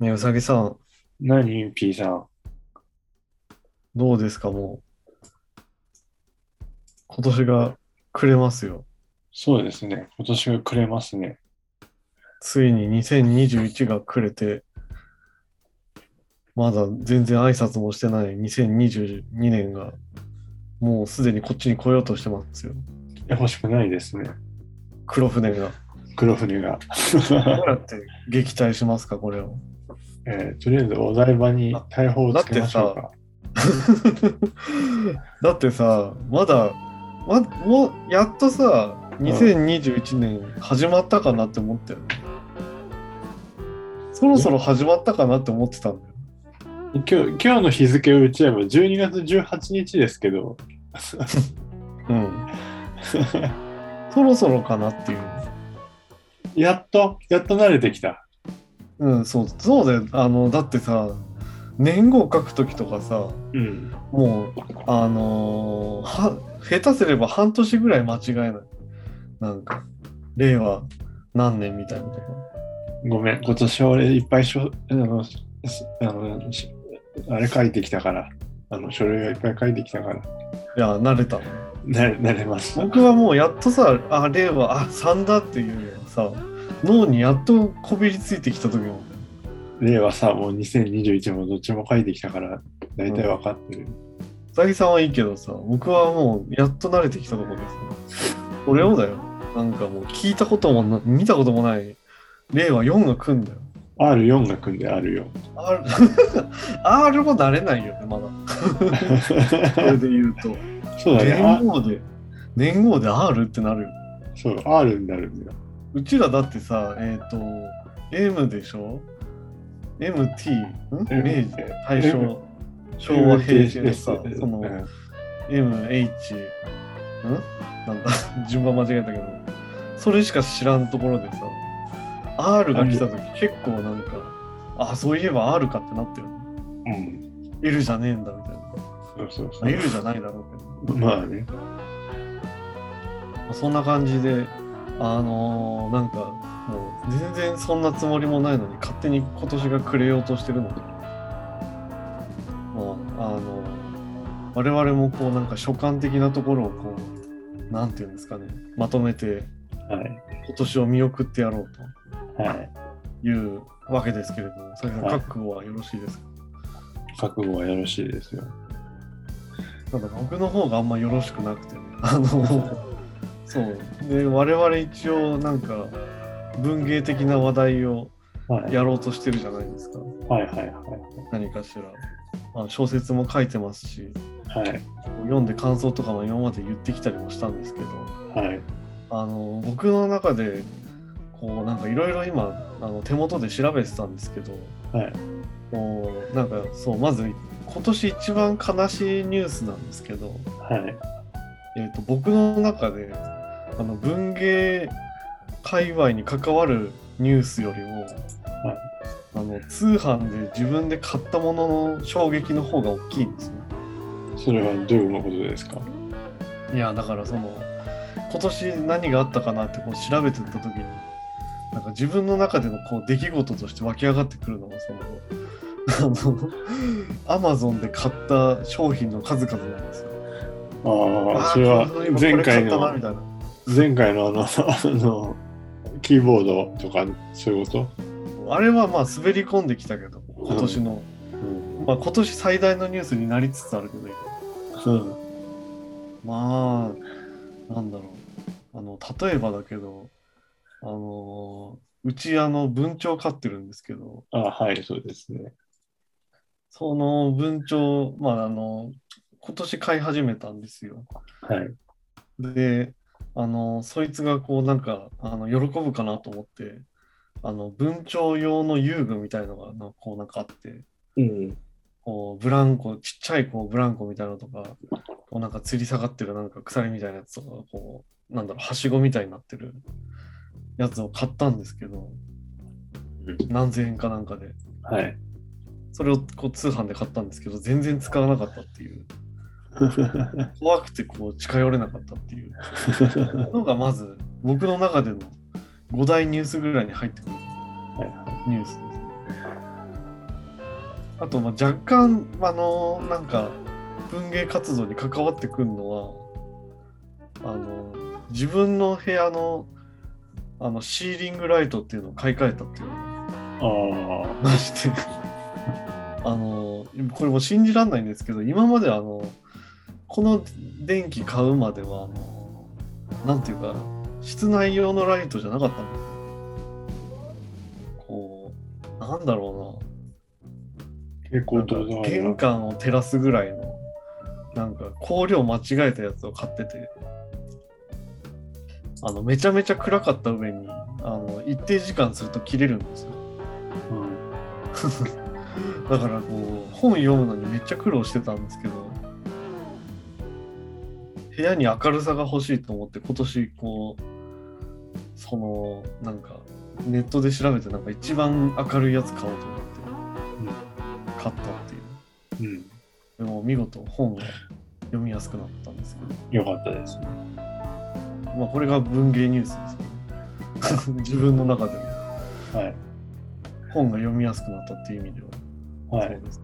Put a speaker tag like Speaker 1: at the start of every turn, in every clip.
Speaker 1: ね、うさぎさん、
Speaker 2: 何 ?P さん。
Speaker 1: どうですか、もう、今年が暮れますよ。
Speaker 2: そうですね。今年がくれますね。
Speaker 1: ついに2021が暮れて、まだ全然挨拶もしてない2022年が、もうすでにこっちに来ようとしてますよ。
Speaker 2: いや欲しくないですね。
Speaker 1: 黒船が。
Speaker 2: 黒船 が。
Speaker 1: どうやって撃退しますか、これを。
Speaker 2: えーとりあえずお台場に大砲をつけましょうか。
Speaker 1: だってさ、まだ、ま、もう、やっとさ、2021年始まったかなって思ったよね。そろそろ始まったかなって思ってたんだよ。
Speaker 2: 今日今日の日付を打ち合えば12月18日ですけど、
Speaker 1: うん。そろそろかなっていう。
Speaker 2: やっと、やっと慣れてきた。
Speaker 1: うん、そう、そうだよ。あの、だってさ、年号書くときとかさ、
Speaker 2: うん。
Speaker 1: もう、あのーは、下手すれば半年ぐらい間違えない。なんか、令和何年みたいなとか。
Speaker 2: ごめん、今年は俺いっぱいしょあのしあのしあれ書いてきたから、あの書類がいっぱい書いてきたから、
Speaker 1: いや、慣れた。
Speaker 2: 慣れ慣れました。
Speaker 1: 僕はもうやっとさ、あ、令和、あ、3だっていうのがさ、脳にやっとこびりついてきたときも、
Speaker 2: 令和さ、もう2021もどっちも書いてきたから、大体わかってる。
Speaker 1: ザギさんはいいけどさ、僕はもうやっと慣れてきたところですね。俺もだよ。なんかもう聞いたこともな、見たこともない、令和4が来んだよ。
Speaker 2: R4 が組んで あるよ。
Speaker 1: R, R も慣れないよね、まだ。それで言うと。
Speaker 2: そうだね。あ
Speaker 1: 年号で、年号で R ってなるよ。
Speaker 2: そう、R になるんだよ。
Speaker 1: うちらだってさ、えっ、と、M でしょ ?MT、ん
Speaker 2: M
Speaker 1: 明治、大
Speaker 2: M
Speaker 1: 正、昭和、平成の
Speaker 2: MTS
Speaker 1: さ、その
Speaker 2: う、ん
Speaker 1: MH、んなんだ、 順番間違えたけど、それしか知らんところでさ、R が来たとき結構なんか、あ、そういえば R かってなったよね。
Speaker 2: うん。
Speaker 1: L じゃねえんだみたいな。
Speaker 2: そうそう
Speaker 1: ま
Speaker 2: そ
Speaker 1: あ L じゃないだろうけど。
Speaker 2: う。まあね。
Speaker 1: まあそんな感じで、あのーなんか、もう全然そんなつもりもないのに、勝手に今年がくれようとしてるので、まあ、あのー我々もこう、なんか所感的なところをこう、なんていうんですかね、まとめて、
Speaker 2: はい。
Speaker 1: 今年を見送ってやろう
Speaker 2: はい。
Speaker 1: というわけですけれども、それ
Speaker 2: はい
Speaker 1: 覚悟はよろしいですか、
Speaker 2: 覚悟はよろしいですよ。
Speaker 1: ただ僕の方があんまよろしくなくてね。あの、そう。で、我々一応なんか文芸的な話題を
Speaker 2: はい。
Speaker 1: やろうとしてるじゃないですか。
Speaker 2: はいはいは
Speaker 1: 何かしら。まあ、小説も書いてますし、
Speaker 2: い。はい。
Speaker 1: 読んで感想とかも今まで言ってきたりもしたんですけど、
Speaker 2: はい。
Speaker 1: あの、僕の中で、こうなんかいろいろ今あの手元で調べてたんですけど、
Speaker 2: はい
Speaker 1: こうなんかそうまず今年一番悲しいニュースなんですけど、
Speaker 2: はい。
Speaker 1: えー、と僕の中であの文芸界隈に関わるニュースよりも、あの通販で自分で買ったものの衝撃の方が大きいんですね。
Speaker 2: それはどういうことですか
Speaker 1: いやだからその今年何があったかなってこう調べてった時になんか自分の中でのこう出来事として湧き上がってくるのがその あのアマゾンで買った商品の数々なんですよ。
Speaker 2: ああ、それ
Speaker 1: あ
Speaker 2: は
Speaker 1: ーそういえばこ
Speaker 2: 前回
Speaker 1: 買ったなみ
Speaker 2: の、
Speaker 1: たいな
Speaker 2: 前回のあの、 あの、キーボードとか、そういうこと
Speaker 1: あれはまあ滑り込んできたけど、今年の、
Speaker 2: うん。
Speaker 1: まあ今年最大のニュースになりつつあるけど、今
Speaker 2: うん。
Speaker 1: まあ、なんだろう。あの、例えばだけど、あのーうちあの文鳥飼ってるんですけど、
Speaker 2: あはい、そうですね。
Speaker 1: その文鳥、まああの、今年飼い始めたんですよ。
Speaker 2: はい。
Speaker 1: で、あの、そいつがこうなんか、あの、喜ぶかなと思って、あの、文鳥用の遊具みたいのが、なんかこうなんかあって、
Speaker 2: うん。
Speaker 1: こうブランコ、ちっちゃいこうブランコみたいなのとか、こうなんか吊り下がってるなんか鎖みたいなやつとか、こう、なんだろう、はしごみたいになってるやつを買ったんですけど、
Speaker 2: うん
Speaker 1: 何千円かなんかで。
Speaker 2: はい。
Speaker 1: それをこう通販で買ったんですけど、全然使わなかったっていう。怖くてこう近寄れなかったっていうのがまず僕の中での5大ニュースぐらいに入ってくるニュースですね。あとまあ若干あのなんか文芸活動に関わってくるのはあの自分の部屋のあのシーリングライトっていうのを買い替えたっていうのが
Speaker 2: あ
Speaker 1: ありましてあのこれもう信じらんないんですけど今まであのこの電気買うまではあのなんていうか室内用のライトじゃなかったんですよこうなんだろうな
Speaker 2: あ、蛍光
Speaker 1: な
Speaker 2: 灯
Speaker 1: ん
Speaker 2: だ
Speaker 1: か玄関を照らすぐらいのなんか光量間違えたやつを買っててあのめちゃめちゃ暗かった上にあの一定時間すると切れるんですよ
Speaker 2: うん
Speaker 1: だからこう本読むのにめっちゃ苦労してたんですけど部屋に明るさが欲しいと思って今年こうそのなんかネットで調べてなんか一番明るいやつ買おうと思って買ったっていう。
Speaker 2: うん。
Speaker 1: でも見事本が読みやすくなったんですけど、
Speaker 2: よかったですね。
Speaker 1: まあ、これが文芸ニュースですね。 自分の中でも
Speaker 2: はい。
Speaker 1: 本が読みやすくなったっていう意味では。
Speaker 2: は
Speaker 1: そう
Speaker 2: い。
Speaker 1: です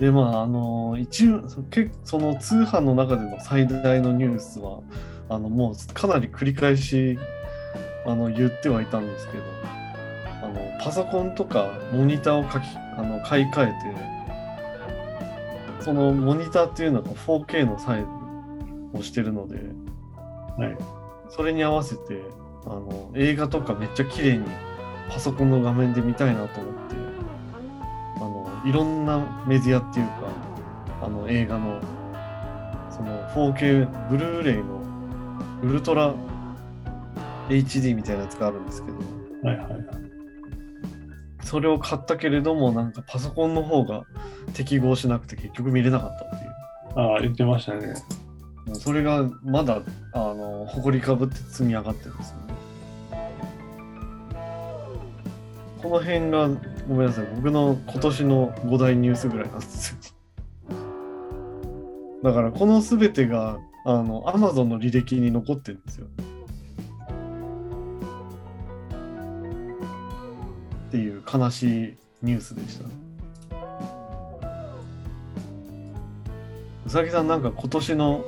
Speaker 1: でまああの一応そけその通販の中での最大のニュースはあのもうかなり繰り返しあの言ってはいたんですけどあのパソコンとかモニターを書きあの買い替えてそのモニターっていうのが 4K のサイズをしてるので、
Speaker 2: はい
Speaker 1: それに合わせてあの映画とかめっちゃ綺麗にパソコンの画面で見たいなと思ってあのいろんなメディアっていうかあの映画のその 4K ブルーレイのウルトラ HD みたいなやつがあるんですけど
Speaker 2: はい。はい。
Speaker 1: それを買ったけれどもなんかパソコンの方が適合しなくて結局見れなかったっていう。
Speaker 2: ああ、言ってましたね。
Speaker 1: もうそれがまだあの埃かぶって積み上がってるんですよね。この辺がごめんなさい僕の今年の5大ニュースぐらいなんですよ。だからこの全てがあの Amazon の履歴に残ってるんですよ。っていう悲しいニュースでした。うさぎさんなんか今年の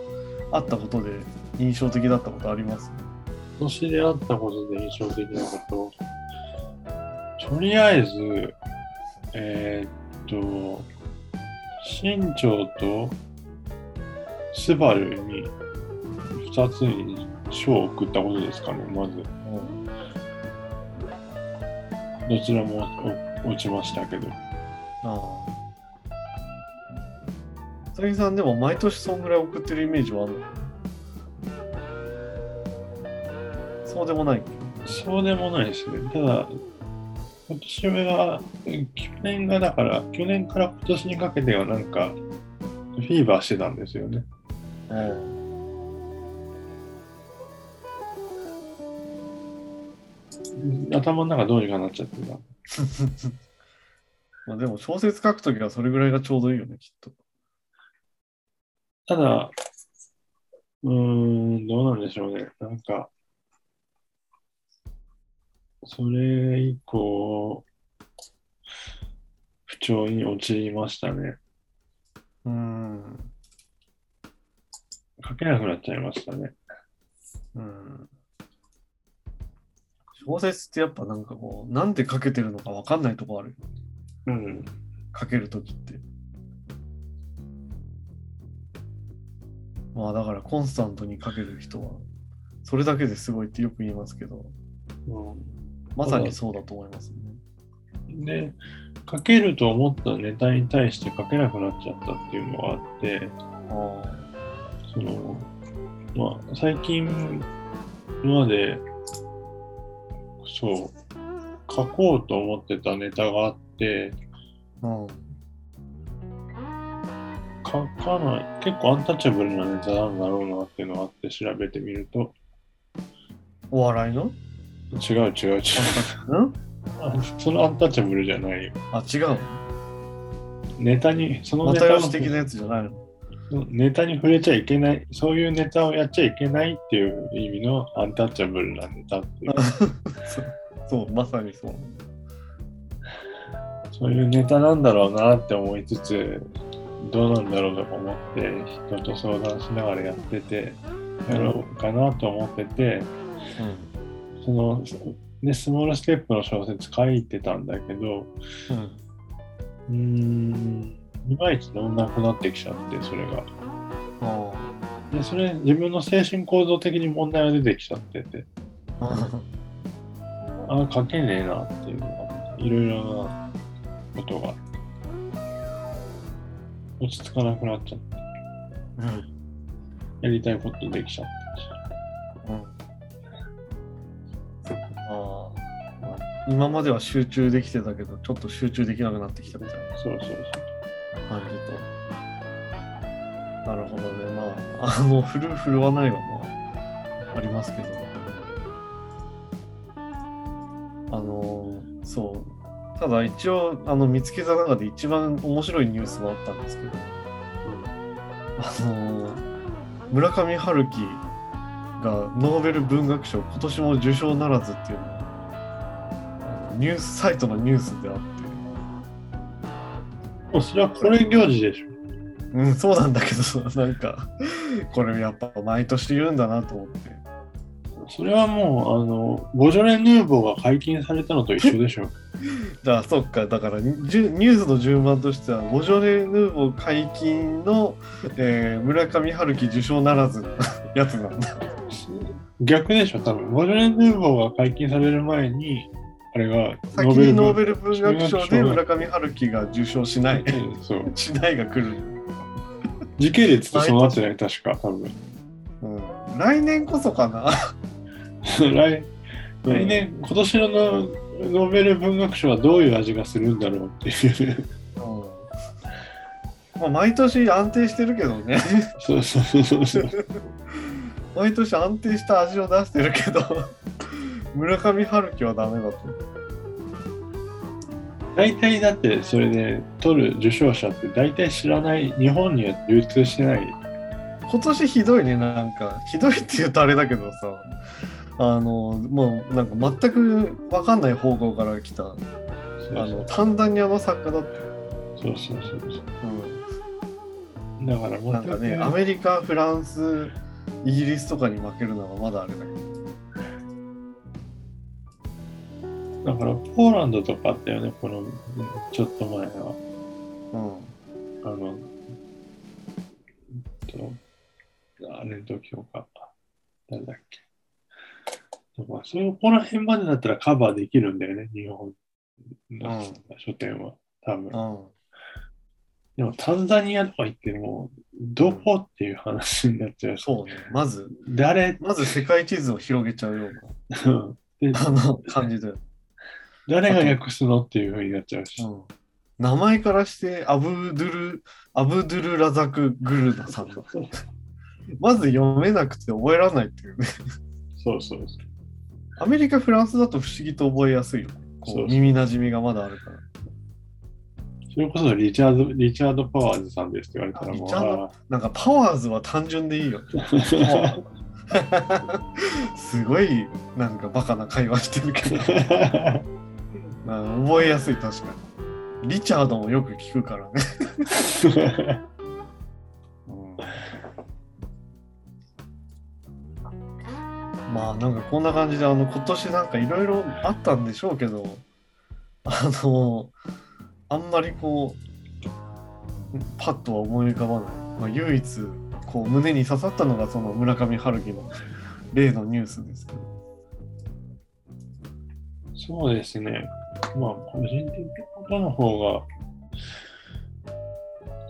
Speaker 1: あったことで印象的だったことあります
Speaker 2: 今年であったことで印象的なこと。とりあえず、えーっと、新庄とスバルに2つに賞を送ったことですかね、まず。どちらもお落ちましたけど。
Speaker 1: ああ。うさぎさんでも毎年そんぐらい送ってるイメージはあるのそうでもないっけ
Speaker 2: そうでもないですね。ただ、今年は、うん去年がだから、去年から今年にかけてはなんか、フィーバーしてたんですよね。頭の中どうにかなっちゃってた。
Speaker 1: まあでも小説書くときはそれぐらいがちょうどいいよね、きっと。
Speaker 2: ただ、うーん、どうなんでしょうね。なんか、それ以降、不調に陥りましたね。
Speaker 1: うん。
Speaker 2: 書けなくなっちゃいましたね。
Speaker 1: うん。小説ってやっぱなんかこう、なんで書けてるのかわかんないとこあるよね
Speaker 2: うん。
Speaker 1: かけるときって。まあだからコンスタントにかける人はそれだけですごいってよく言いますけど
Speaker 2: うん
Speaker 1: まさにそうだと思いますね。
Speaker 2: で書けると思ったネタに対して書けなくなっちゃったっていうのがあって
Speaker 1: あ
Speaker 2: その、まあ、最近までそう書こうと思ってたネタがあって
Speaker 1: あ、うん、
Speaker 2: 書かない結構アンタッチャブルなネタなんだろうなっていうのがあって調べてみると
Speaker 1: お笑いの
Speaker 2: 違う違う違う
Speaker 1: うん
Speaker 2: そのアンタッチャブルじゃないよ
Speaker 1: あ違う。ネ
Speaker 2: ネタにそのネ
Speaker 1: 又
Speaker 2: タを
Speaker 1: 吉的なやつじゃないの
Speaker 2: ネタに触れちゃいけない、そういうネタをやっちゃいけないっていう意味のアンタッチャブルなネタっていう。
Speaker 1: そうまさにそう。
Speaker 2: そういうネタなんだろうなって思いつつ、どうなんだろうとか思って、人と相談しながらやってて、やろうかなと思ってて、その、ね、スモールステップの小説書いてたんだけど、
Speaker 1: うんうん
Speaker 2: うーん、いまいち乗んなくなってきちゃって、それが。
Speaker 1: あ
Speaker 2: で、それ、自分の精神構造的に問題が出てきちゃってて、
Speaker 1: あ
Speaker 2: あ、書けねえなっていうのが、いろいろなことが、落ち着かなくなっちゃって、
Speaker 1: うん
Speaker 2: やりたいことできちゃったし。
Speaker 1: うんああ今までは集中できてたけどちょっと集中できなくなってきたみたいな
Speaker 2: そうそうそう。
Speaker 1: 感じと。なるほどね。まあ、あの、振る、振るわないはまあ、ありますけど。あの、そう。ただ一応、あの、見つけた中で一番面白いニュースもあったんですけど、あの、村上春樹がノーベル文学賞今年も受賞ならずっていうのがあのニュースサイトのニュースであって、
Speaker 2: もうそれはこれ行事でしょ。
Speaker 1: うん、そうなんだけど、 なんか、これやっぱ毎年言うんだなと思って。
Speaker 2: それはもう、あの、ボジョレ・ヌーボーが解禁されたのと一緒でしょ。
Speaker 1: じゃあ、そっか、だから、じゅニュースの順番としては、ボジョレ・ヌーボー解禁の、えー村上春樹受賞ならずの やつなんだ。
Speaker 2: 逆でしょ、多分。ボジョレ・ヌーボーが解禁される前に、あれが
Speaker 1: 先にノーベ
Speaker 2: ル
Speaker 1: ル文学賞で村上春樹が受賞しない、
Speaker 2: うんそう。
Speaker 1: しないが来る。
Speaker 2: 時系列とそうなってない、確か、多分。
Speaker 1: うん、来年こそかな。
Speaker 2: 来来年、今年のノーベル文学賞はどういう味がするんだろうっていう。
Speaker 1: うん。まあ、毎年安定してるけどね。
Speaker 2: そうそうそうそう。
Speaker 1: 毎年安定した味を出してるけど村上春樹はダメだと
Speaker 2: 大体だって、それで取る受賞者って大体知らない、日本には流通してない
Speaker 1: 今年ひどいねなんかひどいって言うとあれだけどさあのもうなんか全く分かんない方向から来たあ
Speaker 2: そうそ
Speaker 1: の
Speaker 2: う
Speaker 1: タンザニアの作家だって、
Speaker 2: そうそうそうそう
Speaker 1: う
Speaker 2: だからも
Speaker 1: ん、
Speaker 2: う
Speaker 1: なんかねアメリカフランスイギリスとかに負けるのはまだあれだけど
Speaker 2: だからポーランドとかあったよねこのちょっと前は
Speaker 1: うん
Speaker 2: あのえっとあれど教か誰だっけだからそこら辺までだったらカバーできるんだよね日本の書店は、多分
Speaker 1: うん
Speaker 2: でもタンザニアとか行ってもどこっていう話になっちゃうし
Speaker 1: そうねまず
Speaker 2: 誰
Speaker 1: まず世界地図を広げちゃうような
Speaker 2: で
Speaker 1: あの感じだよ
Speaker 2: 誰が訳すのっていうふうになっちゃうし、
Speaker 1: うん名前からしてアブドゥル、アブドゥル・ラザク・グルナさんだ。まず読めなくて覚えられないっていうね。
Speaker 2: そうそうそう
Speaker 1: アメリカ、フランスだと不思議と覚えやすいよ。こう
Speaker 2: そうそう
Speaker 1: 耳なじみがまだあるから。
Speaker 2: それこそリチャード、リチャード・パワーズさんですって言われたら
Speaker 1: リ
Speaker 2: もう、
Speaker 1: チャード
Speaker 2: あ
Speaker 1: なんかパワーズは単純でいいよ。
Speaker 2: ー
Speaker 1: すごいなんかバカな会話してるけど、 まあ覚えやすい確かに。リチャードもよく聞くからね。まあなんかこんな感じであの今年なんかいろいろあったんでしょうけどあのあんまりこうパッとは思い浮かばない、まあ、唯一こう胸に刺さったのがその村上春樹の例のニュースですけど
Speaker 2: そうですね。まあ、個人的なことの方が、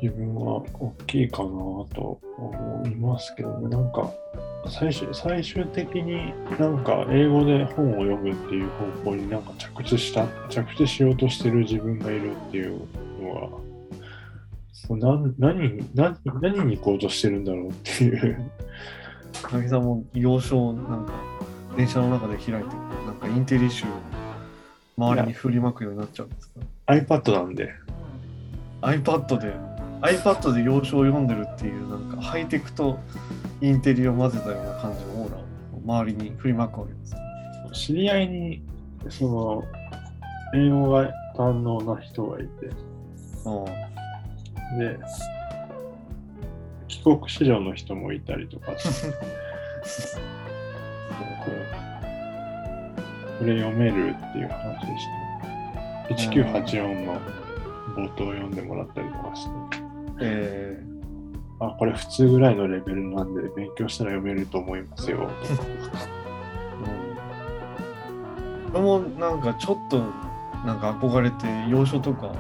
Speaker 2: 自分は大きいかなと思いますけどね。なんか、最終最終的になんか英語で本を読むっていう方向になんか着地した、着地しようとしてる自分がいるっていうのは、もう何何に何何に行こうとしてるんだろうっていう。
Speaker 1: 高木さんも幼少なんか電車の中で開いてなんかインテリ集を周りに振りまくようになっちゃうんですか
Speaker 2: iPad なんで。
Speaker 1: iPad で iPad で洋書を読んでるっていうなんかハイテクとインテリを混ぜたような感じのオーラを周りに振りまくわけです。
Speaker 2: 知り合いにその英語が堪能な人がいて、
Speaker 1: うん。
Speaker 2: で、帰国子女の人もいたりとかして、こうこれ読めるっていう話でした。1984の冒頭を読んでもらったりとかして、
Speaker 1: え
Speaker 2: あ、これ普通ぐらいのレベルなんで勉強したら読めると思いますよ。
Speaker 1: ー、うん。俺もなんかちょっとなんか憧れて、洋書とか、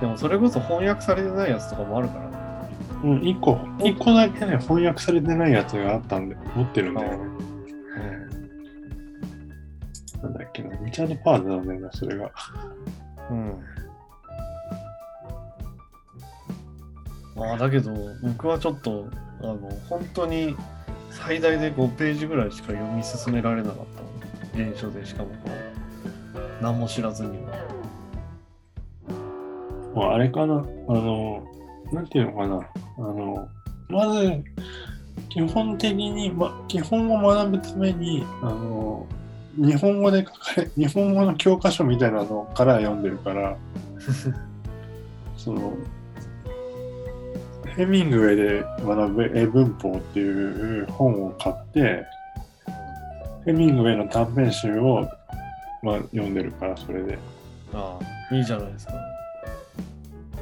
Speaker 1: でもそれこそ翻訳されてないやつとかもあるからね。
Speaker 2: うん、1個、一個だけね、翻訳されてないやつがあったんで、持ってるんだよね。なんだっけな、リチャード・パーズなんだよな、それが。
Speaker 1: うん。まあだけど僕はちょっとあの本当に最大で5ページぐらいしか読み進められなかった原書でしかもこう何も知らずには
Speaker 2: もうあれかな、あの、なんていうのかな、あの、まず、基本的に、ま、基本を学ぶために、あの、日本語で書かれ、日本語の教科書みたいなのから読んでるから、その、ヘミングウェイで学ぶ英文法っていう本を買って、ヘミングウェイの短編集を、まあ、読んでるから、それで。
Speaker 1: ああいいじゃないですか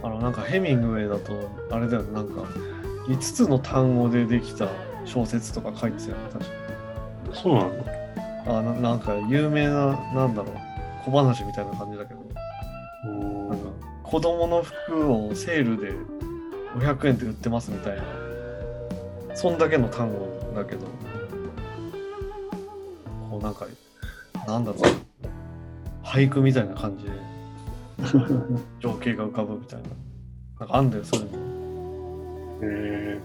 Speaker 1: あのなんかヘミングウェイだとあれだよねなんか5つの単語でできた小説とか書いてたよね確か
Speaker 2: そうなんだ。
Speaker 1: あななんか有名ななんだろう小話みたいな感じだけどなんか子供の服をセールで500円で売ってますみたいなそんだけの単語だけどこうなんかなんだろう俳句みたいな感じで情景が浮かぶみたいななんかあんだよそれも
Speaker 2: へえ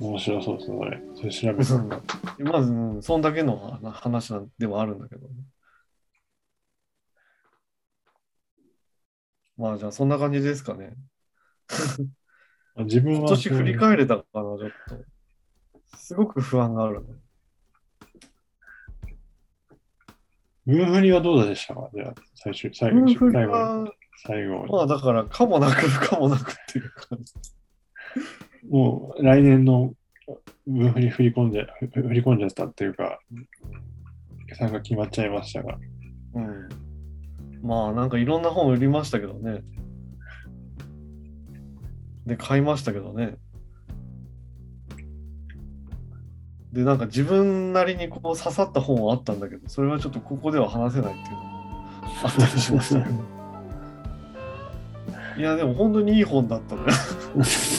Speaker 2: 面白そうですね、あれ。それ調べて。
Speaker 1: まず、うんそんだけの話話なんではあるんだけどまあじゃあそんな感じですかね
Speaker 2: あ自分は
Speaker 1: 今年振り返れたから、ちょっと。すごく不安があるね。
Speaker 2: ムーフリはどうでしたかじゃあ、最終、最後
Speaker 1: ム
Speaker 2: に
Speaker 1: ーフリ
Speaker 2: 最後
Speaker 1: は、
Speaker 2: 最後に
Speaker 1: まあだから、かもなく不可もなくっていう感じ。
Speaker 2: もう来年のムーフリ振り込んじゃ、振り込んじゃったっていうか、参加決まっちゃいましたが。
Speaker 1: うん。まあなんかいろんな本売りましたけどね。で、買いましたけどね。で、なんか自分なりにこう刺さった本はあったんだけど、それはちょっとここでは話せないっていうのもあったりしましたけど。いや、でも本当にいい本だったね。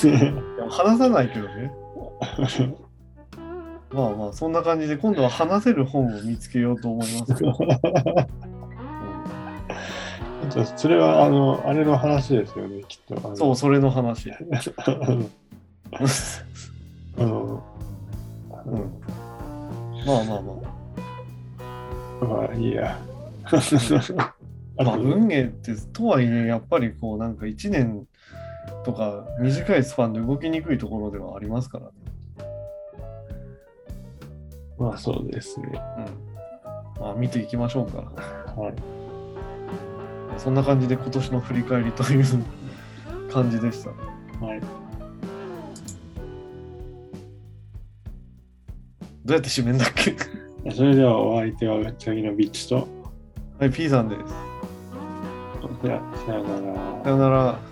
Speaker 1: でも話さないけどね。まあまあ、そんな感じで、今度は話せる本を見つけようと思いますけど。
Speaker 2: それは、あの、あれの話ですよね、きっと。あの
Speaker 1: そう、それの話。
Speaker 2: あの あの、
Speaker 1: うん、まあまあまあ。
Speaker 2: まあいいや。 あ
Speaker 1: まあ、
Speaker 2: と、うん、
Speaker 1: 運営って、とはいえ、やっぱりこう、なんか1年とか短いスパンで動きにくいところではありますからね。
Speaker 2: まあそうですね。
Speaker 1: うん。まあ、見ていきましょうか。
Speaker 2: はい。
Speaker 1: そんな感じで今年の振り返りという感じでした。
Speaker 2: はい、
Speaker 1: どうやって締めんだっけ
Speaker 2: それではお相手は次のビッチと、
Speaker 1: はい、P さんです。
Speaker 2: ではさようなら
Speaker 1: さ。よなら。